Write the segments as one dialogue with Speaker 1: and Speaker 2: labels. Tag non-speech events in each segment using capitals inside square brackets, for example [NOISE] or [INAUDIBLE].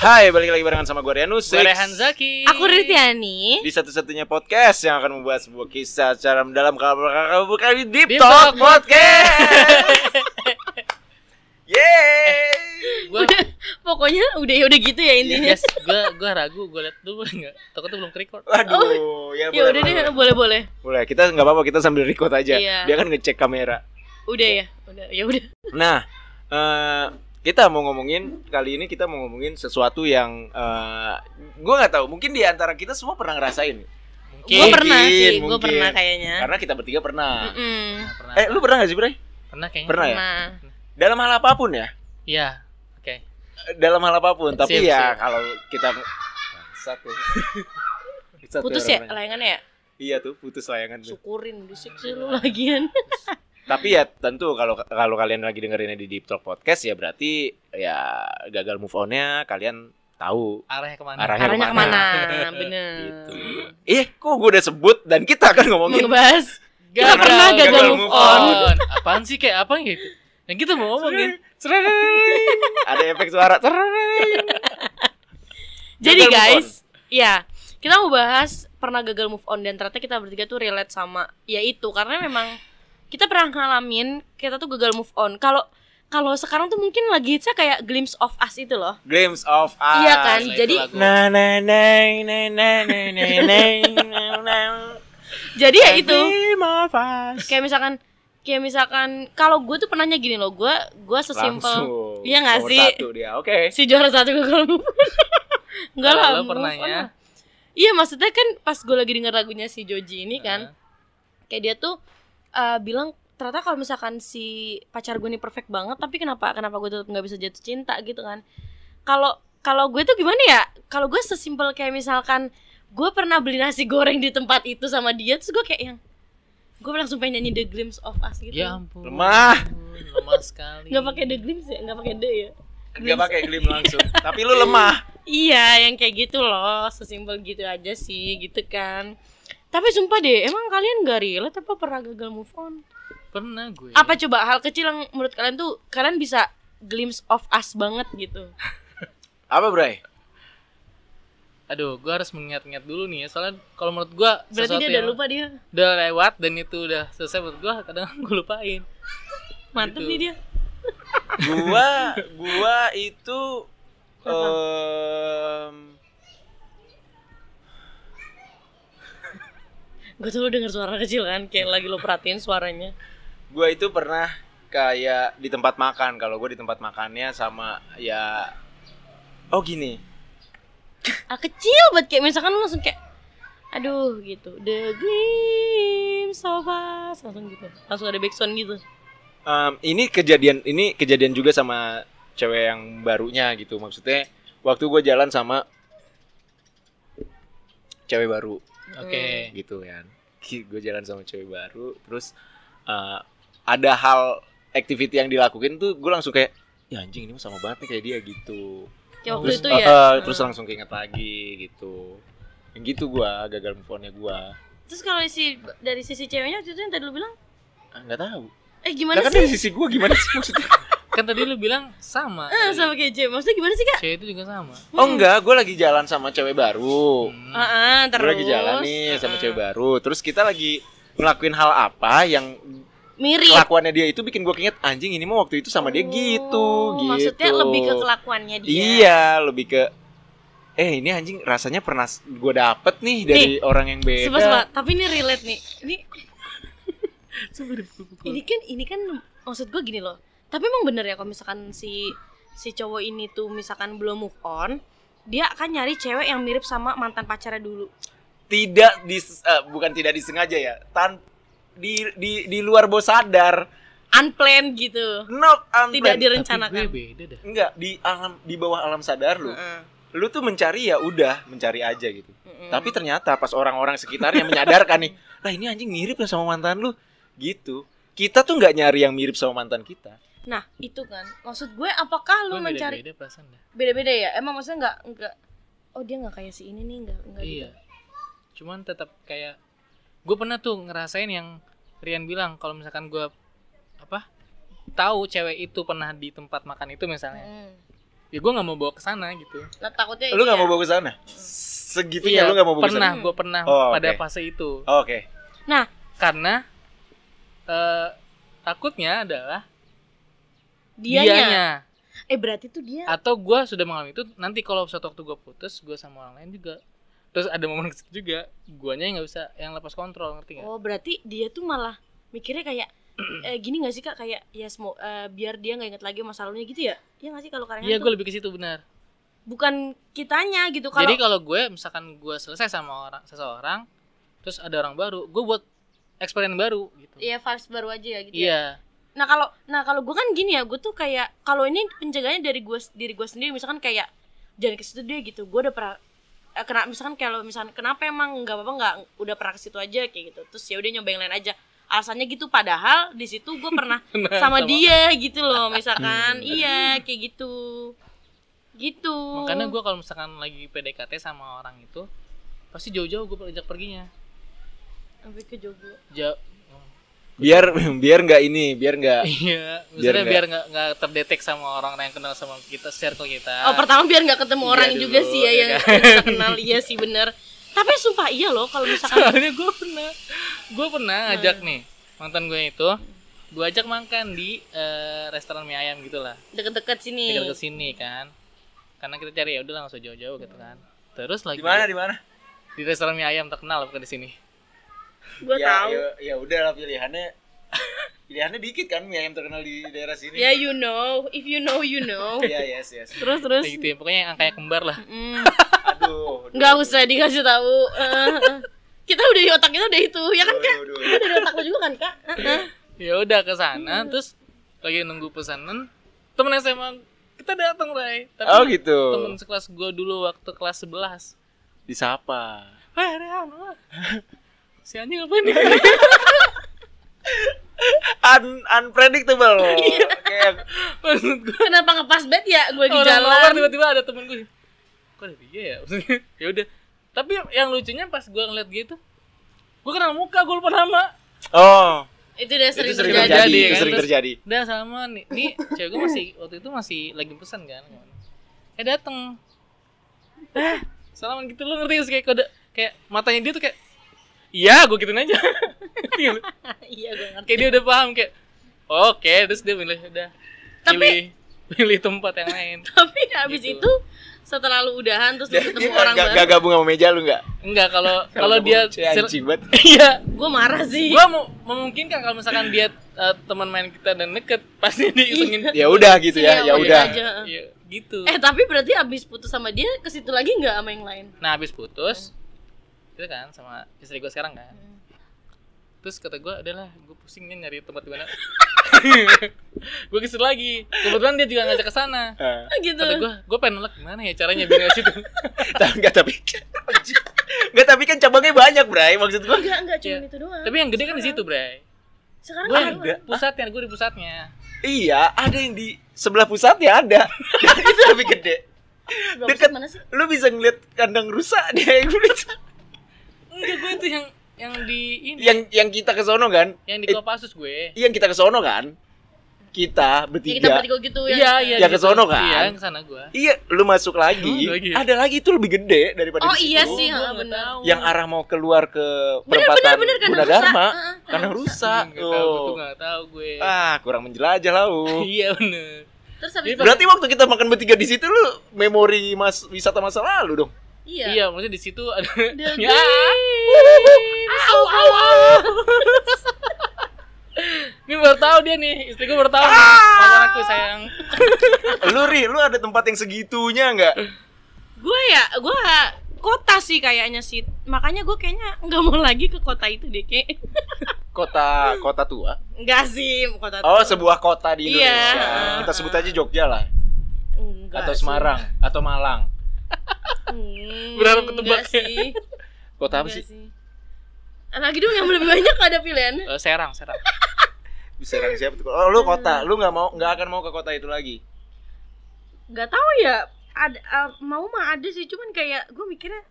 Speaker 1: Hai, balik lagi barengan sama gue Rianus
Speaker 2: Gue Rehan Zaki
Speaker 3: Aku Ritiani.
Speaker 1: Di satu-satunya podcast yang akan membahas sebuah kisah secara mendalam Kalau kalau bukan di Deep,
Speaker 2: Deep
Speaker 1: Talk
Speaker 2: Talk
Speaker 1: Podcast [LAUGHS] Yeay
Speaker 2: Gue
Speaker 3: Udah, pokoknya udah ya udah gitu ya intinya.
Speaker 2: Iya, yes, gue gue ragu gue liat dulu boleh nggak takutnya belum record
Speaker 1: Waduh, ya,
Speaker 3: Ya
Speaker 1: boleh,
Speaker 3: udah deh,
Speaker 1: boleh.
Speaker 3: boleh boleh.
Speaker 1: Boleh, kita nggak apa-apa, kita sambil record aja
Speaker 3: Iya.
Speaker 1: Dia kan ngecek kamera
Speaker 3: Udah ya, udah ya udah.
Speaker 1: Nah, eh, kita mau ngomongin kali ini kita mau ngomongin sesuatu yang eh, gue nggak tahu mungkin di antara kita semua pernah ngerasain
Speaker 2: mungkin
Speaker 3: Gue pernah sih,
Speaker 1: mungkin.
Speaker 3: gue pernah kayaknya.
Speaker 1: karena kita bertiga pernah.
Speaker 3: Ya. Mm-mm.
Speaker 2: pernah ya?
Speaker 1: Eh, lu pernah gak sih, Bray?
Speaker 2: pernah kayaknya
Speaker 1: Pernah ya?
Speaker 3: Nah,
Speaker 1: Dalam hal apapun ya.
Speaker 2: iya oke
Speaker 1: Dalam hal apapun, tapi
Speaker 2: Sip,
Speaker 1: ya
Speaker 2: sip.
Speaker 1: kalau kita [LAUGHS] satu Satu
Speaker 3: putus ya layangannya ya?
Speaker 1: [LAUGHS] Iya tuh, putus layangan tuh.
Speaker 3: Syukurin bisik sih lu lagian.
Speaker 1: Tapi ya tentu kalau kalau kalian lagi dengerinnya di Deep Talk Podcast ya berarti ya gagal move on-nya kalian tahu
Speaker 2: arahnya kemana
Speaker 1: Arahnya
Speaker 3: Arahnya
Speaker 1: kemana?
Speaker 3: kemana? Bener.
Speaker 1: gitu. Eh, kok gue udah sebut dan kita akan ngomongin
Speaker 3: Ngebahas. Kita pernah gagal move
Speaker 1: on.
Speaker 2: [LAUGHS] apaan sih kayak apa gitu yang kita mau ngomongin
Speaker 1: [LAUGHS] Ada efek suara.
Speaker 3: Jadi
Speaker 1: Gagal move
Speaker 3: guys, ya kita mau bahas pernah gagal move on dan ternyata kita bertiga tuh relate sama yaitu karena memang kita pernah ngalamin kita tuh gagal move on. Kalau kalau sekarang tuh mungkin lagi hitsnya kayak glimpse of us itu loh.
Speaker 1: Glimpse of us.
Speaker 3: Iya
Speaker 2: Setelah
Speaker 3: kan?
Speaker 2: itu
Speaker 3: jadi-
Speaker 2: lagu.
Speaker 1: Na na na na na na na na na, na.
Speaker 3: Jadi ya itu
Speaker 1: Dream of us.
Speaker 3: kayak misalkan kayak misalkan kalau gue tuh pernahnya gini loh gue gue sesimpel
Speaker 1: Langsung.
Speaker 3: Iya nggak
Speaker 1: Nomor
Speaker 3: sih?
Speaker 1: Satu dia. Oke.
Speaker 3: si juara satu gagal move on. [LAUGHS] Enggak
Speaker 2: Kalau
Speaker 3: lah
Speaker 2: lo
Speaker 3: move on
Speaker 2: pernahnya?
Speaker 3: lah. Iya maksudnya kan pas gue lagi denger lagunya si
Speaker 2: Iya
Speaker 3: Joji ini kan kayak dia tuh eh, bilang ternyata kalau misalkan si pacar gue ini perfect banget tapi kenapa kenapa gue tetap nggak bisa jatuh cinta gitu kan kalau kalau gue tuh gimana ya kalau gue sesimpel kayak misalkan gue pernah beli nasi goreng di tempat itu sama dia terus gue kayak yang gue langsung pengen nyanyi The Glimpse of Us gitu
Speaker 2: ya ampun
Speaker 1: Lemah.
Speaker 2: lemah sekali
Speaker 3: nggak pakai The Glimpse ya nggak pakai The ya
Speaker 1: Gak pakai glim langsung. Tapi lu lemah.
Speaker 3: Iya, yang kayak gitu loh, sesimpel gitu aja sih, gitu kan. Tapi sumpah deh, emang kalian gak relate apa pernah gagal move on?
Speaker 2: pernah gue
Speaker 3: Apa coba hal kecil yang menurut kalian tuh kalian bisa glimpse of us banget gitu?
Speaker 1: Apa, Bray?
Speaker 2: aduh gue harus mengingat-ingat dulu nih ya soalnya kalau menurut gue
Speaker 3: Berarti
Speaker 2: sesuatu
Speaker 3: dia udah
Speaker 1: ya.
Speaker 2: yang
Speaker 3: lupa dia.
Speaker 2: udah lewat dan itu udah selesai menurut gue kadang [LAUGHS] gue lupain
Speaker 3: Mantep
Speaker 2: Gitu.
Speaker 3: nih dia.
Speaker 1: Gua gua itu em,
Speaker 3: Gue tuh lu denger suara kecil kan, kayak lagi lo perhatiin suaranya.
Speaker 1: gue itu pernah kayak di tempat makan kalau gue di tempat makannya sama ya oh gini
Speaker 3: Ah kecil banget kayak misalkan lu langsung kayak aduh gitu. The glimpse of us langsung gitu. Langsung ada backsound gitu.
Speaker 1: Em, ini kejadian ini kejadian juga sama cewek yang barunya gitu maksudnya waktu gue jalan sama cewek baru
Speaker 2: oke
Speaker 3: Hmm.
Speaker 1: gitu kan [LAUGHS] gue jalan sama cewek baru terus eh, ada hal activity yang dilakuin tuh gue langsung kayak ya anjing ini mah sama banget nih kayak dia gitu
Speaker 3: Kayak waktu
Speaker 1: terus
Speaker 3: itu ya.
Speaker 1: eh, eh,
Speaker 3: Heeh.
Speaker 1: terus langsung keinget lagi gitu yang gitu gua gagal move onnya gua
Speaker 3: Terus kalau si dari sisi ceweknya waktu itu yang tadi lu bilang,
Speaker 1: Ah, nggak tahu
Speaker 3: eh
Speaker 1: nah,
Speaker 3: gimana
Speaker 1: kan
Speaker 3: sih?
Speaker 1: dari sisi gua gimana sih
Speaker 3: [LAUGHS]
Speaker 1: maksudnya
Speaker 2: kan tadi lu bilang sama
Speaker 3: Eh, sama kayak Jem. Maksudnya gimana sih, Kak?
Speaker 2: cewek itu juga sama
Speaker 3: Hmm.
Speaker 1: oh enggak gua lagi jalan sama cewek baru
Speaker 2: Hmm.
Speaker 3: Heeh, Ah, terus. Hmm. Ah,
Speaker 1: gua lagi jalan nih sama
Speaker 3: Heeh.
Speaker 1: cewek baru terus kita lagi ngelakuin hal apa yang
Speaker 3: Mirip.
Speaker 1: kelakuannya dia itu bikin gua keinget anjing ini mah waktu itu sama dia
Speaker 3: Oh,
Speaker 1: gitu gitu
Speaker 3: Maksudnya lebih ke kelakuannya dia.
Speaker 1: iya lebih ke eh ini anjing rasanya pernah s- gua dapet nih dari orang yang beda
Speaker 3: Sumpah, sumpah. Tapi ini relate nih. Ini
Speaker 2: Coba deh, pukul-pukul.
Speaker 3: ini kan ini kan maksud gue gini loh. Tapi emang bener ya kalau misalkan si si cowok ini tuh misalkan belum move on, dia akan nyari cewek yang mirip sama mantan pacarnya dulu.
Speaker 1: tidak dis eh, bukan tidak disengaja ya tan di di di luar bos sadar
Speaker 3: Unplanned gitu.
Speaker 1: not
Speaker 3: Tidak
Speaker 1: unplanned
Speaker 2: Tapi
Speaker 3: direncanakan.
Speaker 2: gue beda dah
Speaker 1: enggak di alam di bawah alam sadar lu
Speaker 3: Heeh.
Speaker 1: lu tuh mencari ya udah mencari aja gitu
Speaker 3: Heeh.
Speaker 1: tapi ternyata pas orang-orang sekitarnya menyadarkan nih lah ini anjing mirip ya sama mantan lu gitu kita tuh nggak nyari yang mirip sama mantan kita
Speaker 3: Nah, itu kan. Maksud gue apakah lu
Speaker 2: Gue
Speaker 3: mencari
Speaker 2: beda-beda perasaan dah
Speaker 3: beda-beda ya emang maksudnya nggak nggak oh dia nggak kayak si ini nih nggak nggak
Speaker 2: Iya
Speaker 3: gitu
Speaker 2: Cuman tetap kayak Gue pernah tuh ngerasain yang Rian bilang kalau misalkan gue Apa Tahu cewek itu pernah di tempat makan itu misalnya
Speaker 3: Hmm.
Speaker 2: ya gue nggak mau bawa ke sana gitu Iya,
Speaker 3: Nah, takutnya
Speaker 1: Lu
Speaker 3: itu
Speaker 1: nggak
Speaker 3: ya.
Speaker 1: mau bawa ke sana? Segitunya lu nggak mau bawa ke sana?
Speaker 2: pernah gue pernah
Speaker 1: Oh,
Speaker 2: pada
Speaker 1: oke.
Speaker 2: fase itu
Speaker 1: Oh, Oke.
Speaker 2: karena eh, takutnya adalah
Speaker 3: dianya.
Speaker 2: dianya.
Speaker 3: Eh berarti tuh dia
Speaker 2: atau gue sudah mengalami itu nanti kalau suatu waktu gue putus gue sama orang lain juga terus ada momen kesitu juga guanya yang nggak bisa yang lepas kontrol ngerti nggak
Speaker 3: Oh berarti dia tuh malah mikirnya kayak [CLEARS THROAT] eh, gini gak sih kak kayak ya semua eh, biar dia nggak inget lagi masa lalunya gitu ya? Iya gak sih kalau karena
Speaker 2: Iya gue lebih ke situ benar
Speaker 3: bukan kitanya gitu kalau
Speaker 2: jadi kan kalau gue misalkan gue selesai sama orang seseorang terus ada orang baru gue buat eksperimen baru gitu
Speaker 3: ya vibes baru aja ya gitu. ya.
Speaker 2: iya
Speaker 3: Nah kalau nah kalau gue kan gini ya gue tuh kayak kalau ini penjagaannya dari gue diri gue sendiri misalkan kayak jangan ke situ deh gitu gue udah pernah eh, kena misalkan kalau misalkan kenapa emang nggak apa-apa nggak udah pernah ke situ aja kayak gitu terus ya udah nyoba yang lain aja alasannya gitu padahal di situ gue pernah
Speaker 2: [LAUGHS] Nah,
Speaker 3: sama dia gitu loh
Speaker 2: Hmm,
Speaker 3: misalkan iya kayak gitu gitu
Speaker 2: makanya gue kalau misalkan lagi PDKT sama orang itu pasti jauh-jauh gue ajak perginya
Speaker 3: sampai ke Joglo
Speaker 2: jauh
Speaker 1: Biar biar nggak ini, biar nggak
Speaker 2: [LAUGHS] iya
Speaker 1: Biar
Speaker 2: maksudnya
Speaker 1: nggak-
Speaker 2: biar nggak nggak terdetek sama orang yang kenal sama kita circle kita
Speaker 3: oh pertama biar nggak ketemu
Speaker 2: Iya
Speaker 3: orang
Speaker 2: dulu,
Speaker 3: juga sih ya
Speaker 2: iya
Speaker 3: yang kita kenal iya sih bener tapi sumpah iya loh kalau misalkan
Speaker 2: soalnya gue pernah gue pernah ngajak nih mantan gue itu gue ajak makan di eh, restoran mie ayam gitulah
Speaker 3: deket-deket sini
Speaker 2: dekat ke sini kan karena kita cari ya udah nggak usah jauh-jauh gitu kan terus
Speaker 1: di
Speaker 2: lagi
Speaker 1: mana di mana?
Speaker 2: di restoran mie ayam terkenal bukan di sini
Speaker 3: gue
Speaker 2: Iya,
Speaker 1: ya,
Speaker 3: tahu
Speaker 1: ya, ya udah lah pilihannya. [LAUGHS] pilihannya dikit kan mie ayam terkenal di daerah sini.
Speaker 3: ya you know if you know you
Speaker 2: [LAUGHS]
Speaker 3: know
Speaker 1: Iya, yes, yes.
Speaker 3: terus
Speaker 2: Ya
Speaker 3: terus
Speaker 2: gitu ya pokoknya yang angkanya kembar lah
Speaker 1: Aduh.
Speaker 3: Mm,
Speaker 1: aduh,
Speaker 3: nggak usah dikasih tahu Eh, eh. kita udah di otak kita udah itu ya kan kak
Speaker 1: aduh, aduh.
Speaker 3: udah di otak lu juga kan kak Eh, eh.
Speaker 2: ya udah ke sana terus lagi nunggu pesanan temen SMA kita datang Ray tapi
Speaker 1: Oh gitu.
Speaker 2: temen sekelas gue dulu waktu kelas 11
Speaker 1: Disapa.
Speaker 2: Wah, Rehan, wah. si anjing ngapain nih
Speaker 1: Un
Speaker 3: [LAUGHS]
Speaker 1: unpredictable.
Speaker 3: Iya.
Speaker 1: Kayak
Speaker 2: maksud gue
Speaker 3: kenapa ngepas banget ya gue di
Speaker 2: orang
Speaker 3: jalan
Speaker 2: mawar tiba-tiba ada temen gue kok ada dia ya [LAUGHS] Maksudnya, ya udah tapi yang lucunya pas gue ngeliat dia tuh gue kenal muka gue lupa nama
Speaker 1: oh,
Speaker 3: itu udah
Speaker 1: itu
Speaker 3: sering,
Speaker 1: sering
Speaker 3: terjadi,
Speaker 1: terjadi,
Speaker 2: terjadi,
Speaker 1: itu
Speaker 2: kan?
Speaker 1: sering
Speaker 2: Terus-
Speaker 1: terjadi.
Speaker 2: udah sama nih nih cewek gue masih waktu itu masih lagi pesan kan eh dateng eh salaman gitu lo ngerti gak sih? kayak kode kayak matanya dia tuh kayak iya gue gituin aja [LAUGHS] Ngerti gak lu?
Speaker 3: [LAUGHS] iya gue ngerti
Speaker 2: kayak dia udah paham kayak oke terus dia milih udah
Speaker 3: Tapi-
Speaker 2: pilih, pilih tempat yang lain
Speaker 3: tapi abis
Speaker 2: Gitu.
Speaker 3: itu setelah lu udahan terus
Speaker 1: Dia,
Speaker 3: lu ketemu
Speaker 1: dia
Speaker 3: orang
Speaker 1: gak,
Speaker 3: baru
Speaker 1: gabung sama meja lu gak?
Speaker 2: enggak
Speaker 1: [LAUGHS]
Speaker 2: kalau kalau dia
Speaker 1: anjing banget.
Speaker 2: iya
Speaker 3: gue marah sih
Speaker 2: gua mau memungkinkan kalau misalkan dia eh, teman main kita dan deket pasti diisengin
Speaker 1: Ya udah gitu ya, ya
Speaker 3: Iya,
Speaker 1: udah.
Speaker 3: aja.
Speaker 2: ya, gitu
Speaker 3: eh tapi berarti abis putus sama dia ke situ lagi nggak sama yang lain
Speaker 2: nah habis putus itu kan sama istri gua sekarang kan terus kata gua adalah gua pusingnya nyari tempat di mana [LAUGHS] gue kesel lagi kebetulan dia juga ngajak ke sana
Speaker 1: Eh, [LAUGHS]
Speaker 3: Ah, gitu
Speaker 2: kata gua gua pengen nolak gimana ya caranya biar nggak situ
Speaker 1: tapi enggak tapi [LAUGHS] enggak tapi kan cabangnya banyak, Bray. Maksud gua
Speaker 3: enggak enggak cuma
Speaker 2: Iya.
Speaker 3: itu doang
Speaker 2: tapi yang gede kan di situ bray
Speaker 3: sekarang
Speaker 2: gue
Speaker 3: ada
Speaker 1: enggak.
Speaker 2: pusatnya gue di pusatnya
Speaker 1: iya, ada yang di sebelah pusatnya ada. [LAUGHS] itu lebih gede.
Speaker 3: Sebelah
Speaker 1: Deket.
Speaker 3: pusat mana sih
Speaker 1: Lu bisa ngeliat kandang rusa dia yang bisa.
Speaker 2: enggak gue itu yang yang di ini
Speaker 1: yang yang kita ke sono kan?
Speaker 2: yang di
Speaker 1: Eh,
Speaker 2: Kopassus gue
Speaker 1: yang kita ke sono kan? Kita
Speaker 3: ya, kita
Speaker 1: bertiga.
Speaker 3: bertiga gitu ya
Speaker 2: iya iya
Speaker 1: Yang
Speaker 2: di
Speaker 1: ke sono
Speaker 2: situ.
Speaker 1: kan?
Speaker 2: iya yang ke sana gue
Speaker 1: Iya, lu masuk lagi.
Speaker 2: Oh, lagi.
Speaker 1: Ada lagi itu lebih gede daripada
Speaker 3: oh
Speaker 1: di situ.
Speaker 3: iya sih
Speaker 2: Gua
Speaker 3: ah,
Speaker 2: nggak
Speaker 3: benar
Speaker 2: tahu.
Speaker 1: Yang arah mau keluar ke
Speaker 3: bener
Speaker 1: perempatan
Speaker 3: bener bener kan
Speaker 1: Gunadarma,
Speaker 3: Heeh.
Speaker 1: karena rusak.
Speaker 2: Hmm, Nggak tahu, gue tuh
Speaker 1: Oh.
Speaker 2: nggak tahu gue
Speaker 1: Ah, kurang menjelajah lah. [LAUGHS] lu.
Speaker 2: [LAUGHS] iya bener
Speaker 3: terus habis
Speaker 2: Iya,
Speaker 3: itu
Speaker 1: Berarti waktu kita makan bertiga di situ lu memori mas wisata masa lalu [LAUGHS] dong.
Speaker 3: iya
Speaker 2: iya maksudnya di situ ada
Speaker 3: The
Speaker 2: [LAUGHS] ya
Speaker 1: Au au au.
Speaker 2: ini baru tahu dia nih istri gue baru tahu nih Maafkan aku sayang
Speaker 1: Lu ri, lu ada tempat yang segitunya enggak?
Speaker 3: gue ya gue kota sih kayaknya sih makanya gue kayaknya nggak mau lagi ke kota itu deh kayak
Speaker 1: Kota kota tua.
Speaker 3: nggak sih kota
Speaker 1: Oh,
Speaker 3: tua.
Speaker 1: sebuah kota di Indonesia.
Speaker 3: Iya.
Speaker 1: Kita sebut aja Jogja lah
Speaker 3: Enggak
Speaker 1: atau
Speaker 3: sih.
Speaker 1: Semarang atau Malang.
Speaker 3: Hmm,
Speaker 2: Berharap ketebak
Speaker 3: enggak sih
Speaker 1: Kota apa sih?
Speaker 3: Enggak sih lagi dong yang lebih banyak ada pilihan
Speaker 2: Eh, serang serang
Speaker 1: Serang siapa tuh? Oh, lu kota, lu nggak mau nggak akan mau ke kota itu lagi.
Speaker 3: nggak tahu ya ada eh, mau mah ada sih cuman kayak gue mikirnya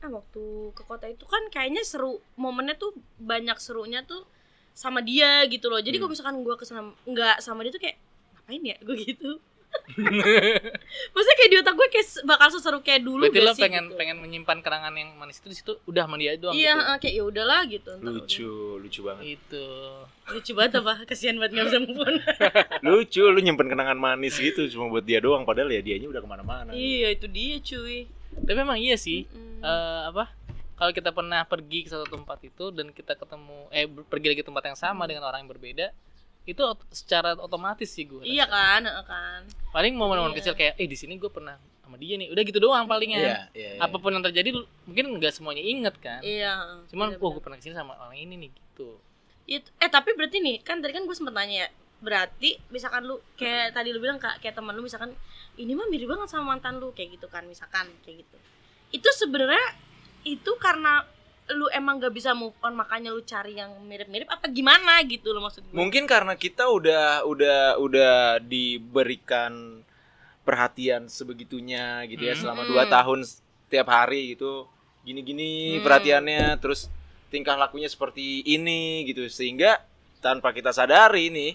Speaker 3: ah waktu ke kota itu kan kayaknya seru momennya tuh banyak serunya tuh
Speaker 2: Hmm. [LAUGHS]
Speaker 3: sama dia gitu loh jadi kalau misalkan gue kesana nggak sama dia tuh kayak ngapain ya gue gitu Maksudnya kayak di otak gue kayak se- bakal seseru kayak dulu
Speaker 2: Berarti
Speaker 3: gak
Speaker 2: lo
Speaker 3: sih,
Speaker 2: pengen
Speaker 3: gitu.
Speaker 2: pengen menyimpan kenangan yang manis itu di situ udah sama dia doang
Speaker 3: Iya,
Speaker 2: gitu.
Speaker 3: eh, kayak ya udahlah gitu. ntar
Speaker 1: lucu lucu banget
Speaker 2: Itu.
Speaker 3: udah. Lucu banget apa? Kasihan banget gak bisa move
Speaker 2: [LAUGHS]
Speaker 3: on.
Speaker 1: lucu lu nyimpen kenangan manis gitu cuma buat dia doang padahal ya dianya udah kemana-mana
Speaker 3: iya, itu dia cuy.
Speaker 2: Tapi emang iya sih.
Speaker 3: Mm-mm.
Speaker 2: eh, apa? Kalau kita pernah pergi ke satu tempat itu dan kita ketemu eh ber- pergi lagi ke tempat yang
Speaker 3: Hmm.
Speaker 2: sama dengan orang yang berbeda, itu ot- secara otomatis sih gue.
Speaker 3: iya kan, eh, kan.
Speaker 2: Paling momen-momen
Speaker 3: Iya.
Speaker 2: kecil kayak eh di sini gue pernah sama dia nih. Udah gitu doang palingnya.
Speaker 1: iya iya iya.
Speaker 2: Apapun yang terjadi lu- mungkin nggak semuanya inget kan.
Speaker 3: Iya.
Speaker 2: Cuman oh
Speaker 3: bener-bener.
Speaker 2: gue pernah kesini sama orang ini nih gitu.
Speaker 3: It- eh tapi berarti nih kan tadi kan gue sempet nanya ya berarti misalkan lu kayak tadi lu bilang kak kayak teman lu misalkan ini mah mirip banget sama mantan lu kayak gitu kan misalkan kayak gitu itu sebenarnya itu karena lu emang gak bisa move on makanya lu cari yang mirip-mirip apa gimana gitu lo maksud gue
Speaker 1: mungkin karena kita udah udah udah diberikan perhatian sebegitunya gitu ya
Speaker 2: Hmm.
Speaker 1: selama
Speaker 3: Hmm.
Speaker 1: dua tahun setiap hari gitu gini-gini
Speaker 3: Hmm.
Speaker 1: perhatiannya terus tingkah lakunya seperti ini gitu sehingga tanpa kita sadari ini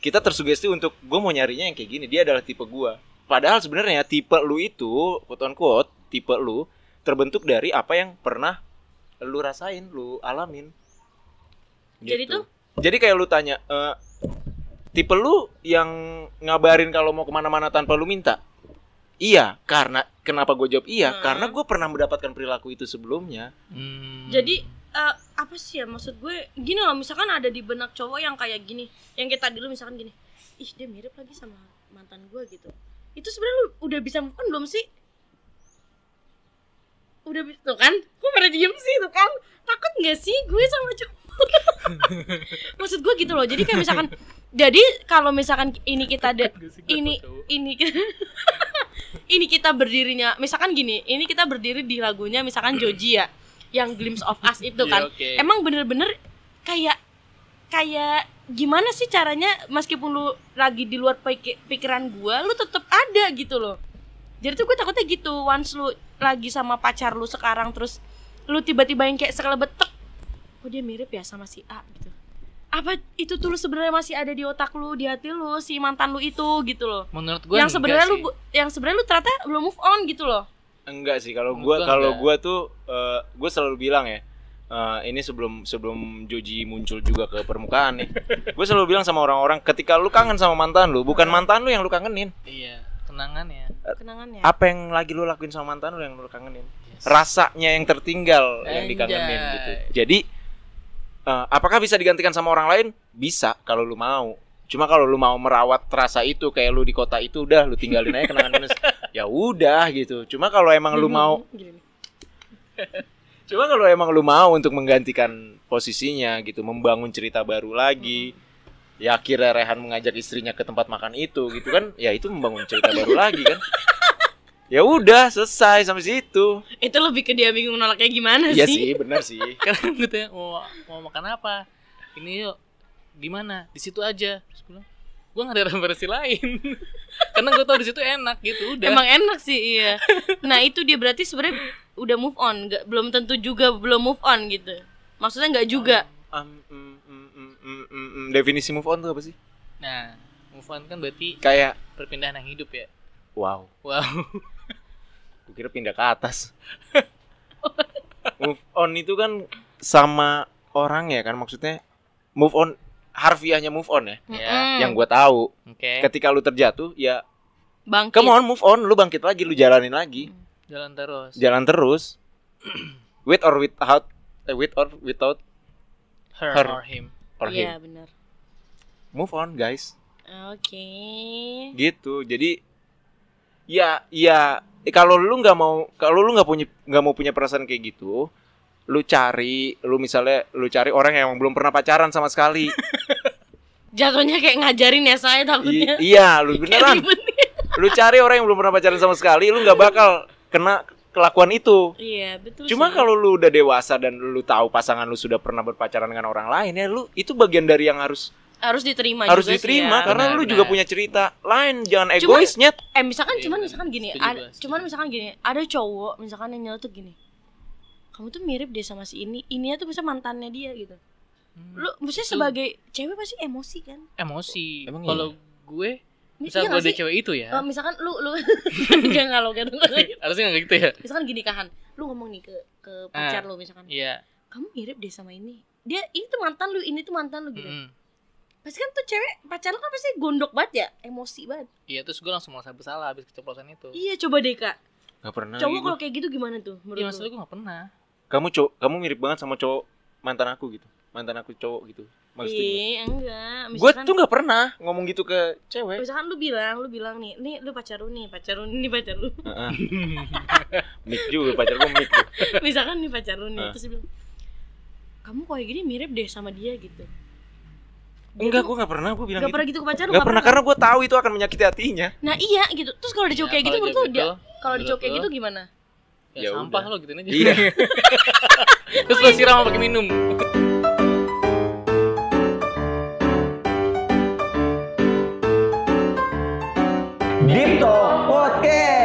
Speaker 1: kita tersugesti untuk gue mau nyarinya yang kayak gini dia adalah tipe gue padahal sebenarnya tipe lu itu quote on quote tipe lu terbentuk dari apa yang pernah lu rasain lu alamin
Speaker 3: Jadi
Speaker 1: Gitu. jadi kayak lu tanya "Eh, tipe lu yang ngabarin kalau mau kemana-mana tanpa lu minta iya karena kenapa gue jawab iya
Speaker 3: Hmm.
Speaker 1: karena gue pernah mendapatkan perilaku itu sebelumnya
Speaker 2: Hmm.
Speaker 3: Jadi, Eh, apa sih ya maksud gue gini loh misalkan ada di benak cowok yang kayak gini yang kayak tadi lu misalkan gini ih dia mirip lagi sama mantan gue gitu itu sebenarnya lu udah bisa move on belum sih udah bi- tuh kan gue pada diem sih tuh kan takut nggak sih gue sama cowok [LAUGHS] maksud gue gitu loh jadi kayak misalkan jadi kalau misalkan ini kita ada ini ini kita [LAUGHS] ini kita berdirinya misalkan gini ini kita berdiri di lagunya misalkan Joji ya yang Glimpse of Us itu kan
Speaker 2: Iya,
Speaker 3: emang bener-bener kayak kayak gimana sih caranya meskipun lu lagi di luar pik- pikiran gua lu tetap ada gitu loh jadi tuh gue takutnya gitu once lu lagi sama pacar lu sekarang terus lu tiba-tiba yang kayak sekelebat tek oh dia mirip ya sama si A gitu apa itu tuh lu sebenarnya masih ada di otak lu di hati lu si mantan lu itu gitu loh
Speaker 2: menurut gue
Speaker 3: yang sebenarnya lu bu- yang sebenarnya lu ternyata belum move on gitu loh
Speaker 1: enggak sih kalau
Speaker 2: Menurut
Speaker 1: gua
Speaker 2: gua
Speaker 1: kalau
Speaker 2: enggak.
Speaker 1: gua tuh gue selalu bilang ya eh, ini sebelum sebelum Joji muncul juga ke permukaan
Speaker 2: [LAUGHS]
Speaker 1: nih gue selalu bilang sama orang-orang ketika lu kangen sama mantan lu bukan mantan lu yang lu kangenin
Speaker 2: iya kenangannya
Speaker 1: Eh,
Speaker 3: kenangannya
Speaker 1: apa yang lagi lu lakuin sama mantan lu yang lu kangenin
Speaker 2: Yes. [LAUGHS]
Speaker 1: rasanya yang tertinggal yang dikangenin
Speaker 2: Anjay.
Speaker 1: gitu jadi eh, apakah bisa digantikan sama orang lain bisa kalau lu mau cuma kalau lu mau merawat rasa itu kayak lu di kota itu udah lu tinggalin aja
Speaker 2: [LAUGHS]
Speaker 1: kenangan manis ya udah gitu cuma kalau emang
Speaker 2: Hmm.
Speaker 1: lu mau
Speaker 3: Gini nih.
Speaker 1: Cuma kalau emang lu mau untuk menggantikan posisinya gitu, membangun cerita baru lagi. Ya akhirnya Rehan mengajak istrinya ke tempat makan itu gitu kan, ya itu membangun cerita baru lagi kan. Ya udah selesai sampai situ.
Speaker 3: itu lebih ke dia bingung nolaknya gimana
Speaker 1: Iya
Speaker 3: sih
Speaker 1: sih, benar sih.
Speaker 2: karena gue tanya Kan gitu ya, mau mau makan apa ini yuk di mana di situ aja terus gue bilang gue nggak ada referensi lain [LAUGHS] karena gue tau di situ enak gitu udah
Speaker 3: Emang enak sih, iya. Nah itu dia berarti sebenarnya udah move on, nggak belum tentu juga belum move on gitu. Maksudnya nggak juga.
Speaker 1: Um, mm, mm, mm, mm, mm, mm. definisi move on tuh apa sih?
Speaker 2: nah move on kan berarti
Speaker 1: Kayak
Speaker 2: perpindahan yang hidup ya
Speaker 1: wow,
Speaker 2: wow
Speaker 1: gue kira pindah ke atas. move on itu kan sama orang ya kan maksudnya move on harfiahnya move on ya.
Speaker 2: Ya,
Speaker 3: Mm-mm.
Speaker 1: Yang gue tahu
Speaker 2: oke
Speaker 1: ketika lu terjatuh ya
Speaker 3: bangkit.
Speaker 1: come on move on lu bangkit lagi lu jalanin lagi
Speaker 2: jalan terus
Speaker 1: jalan terus [CLEARS THROAT] with or without eh, with or without
Speaker 2: her,
Speaker 1: Her.
Speaker 2: or him
Speaker 1: or
Speaker 3: Iya
Speaker 1: him
Speaker 3: benar.
Speaker 1: move on guys
Speaker 3: Oke.
Speaker 1: gitu jadi ya ya eh, kalau lu nggak mau kalau lu nggak punya nggak mau punya perasaan kayak gitu lu cari lu misalnya lu cari orang yang belum pernah pacaran sama sekali
Speaker 3: Jatuhnya kayak ngajarin ya
Speaker 1: I-
Speaker 3: saya takutnya.
Speaker 1: iya lu
Speaker 3: Kayak gitu.
Speaker 1: beneran
Speaker 3: ribet nih.
Speaker 1: lu cari orang yang belum pernah pacaran sama sekali lu nggak bakal kena kelakuan itu
Speaker 3: Iya betul.
Speaker 1: Cuma
Speaker 3: sih.
Speaker 1: kalau lu udah dewasa dan lu tahu pasangan lu sudah pernah berpacaran dengan orang lain ya lu itu bagian dari yang harus
Speaker 3: harus diterima.
Speaker 1: harus
Speaker 3: juga sih
Speaker 1: diterima
Speaker 3: ya.
Speaker 1: karena
Speaker 2: Benar,
Speaker 1: lu
Speaker 2: benar.
Speaker 1: juga punya cerita lain jangan
Speaker 3: Cuma-
Speaker 1: egois nyet.
Speaker 3: Eh misalkan
Speaker 2: Iya,
Speaker 3: cuman
Speaker 2: benar.
Speaker 3: misalkan gini,
Speaker 2: Setuju
Speaker 3: ada,
Speaker 2: gua, setuju.
Speaker 3: cuman misalkan gini, ada cowok misalkan yang nyeletuk gini. Kamu tuh mirip deh sama si ini, ininya tuh bisa mantannya dia gitu.
Speaker 2: Hmm.
Speaker 3: Lu maksudnya
Speaker 2: Betul.
Speaker 3: sebagai cewek pasti emosi kan?
Speaker 2: emosi
Speaker 1: Emang iya?
Speaker 2: kalau gue Misal
Speaker 3: Iya
Speaker 2: gue
Speaker 3: nggak
Speaker 2: ada
Speaker 3: sih?
Speaker 2: cewek itu ya
Speaker 3: Eh, misalkan lu lu [LAUGHS] enggak ngalau gitu.
Speaker 2: [LAUGHS] Harusnya gak gitu ya
Speaker 3: Misalkan gini kahan, lu ngomong nih ke ke pacar lu misalkan,
Speaker 2: Iya
Speaker 3: kamu mirip deh sama ini. Dia ini tuh mantan lu, ini tuh mantan lu gitu.
Speaker 2: Mm-mm.
Speaker 3: Pasti kan tuh cewek pacar lu kan pasti gondok banget ya, emosi banget.
Speaker 2: Iya terus gue langsung merasa bersalah Abis keceplosan itu
Speaker 3: Iya coba deh kak,
Speaker 1: Gak pernah lagi
Speaker 3: cowok kalau
Speaker 1: Nah, iya, gua.
Speaker 3: kayak gitu gimana tuh
Speaker 2: Iya
Speaker 3: menurut
Speaker 2: maksud
Speaker 3: lu?
Speaker 2: gue gak pernah
Speaker 1: Kamu cowok, kamu mirip banget sama cowok mantan aku gitu. Mantan aku cowok gitu. Maksudnya.
Speaker 3: Iya enggak.
Speaker 1: Gue
Speaker 3: Misalkan-
Speaker 1: tuh gak pernah ngomong gitu ke cewek.
Speaker 3: misalkan lu bilang, lu bilang nih, nih lu pacar lu nih, pacar lu nih, nih pacar lu.
Speaker 1: Heeh. Mik juga pacar gitu. gue mik. tuh.
Speaker 3: misalkan nih pacar lu nih,
Speaker 1: Ah.
Speaker 3: terus dia bilang, kamu kayak gini mirip deh sama dia gitu. Dia
Speaker 1: Enggak,
Speaker 3: tuh
Speaker 1: gue gak pernah. Gue bilang
Speaker 3: nggak
Speaker 1: gitu.
Speaker 3: pernah gitu ke pacar lu.
Speaker 1: Gak pernah karena gue tahu itu akan menyakiti hatinya.
Speaker 3: Nah iya gitu. Terus kalau ada cowok kayak gitu menurut lu dia kalau ada
Speaker 2: menurut
Speaker 3: cowok kayak
Speaker 2: lu?
Speaker 3: gitu gimana?
Speaker 1: Ya
Speaker 2: Ya, sampah
Speaker 1: udah.
Speaker 2: lo gitu aja
Speaker 1: Iya.
Speaker 2: Terus lo siram pakai minum
Speaker 4: Dipto Podcast.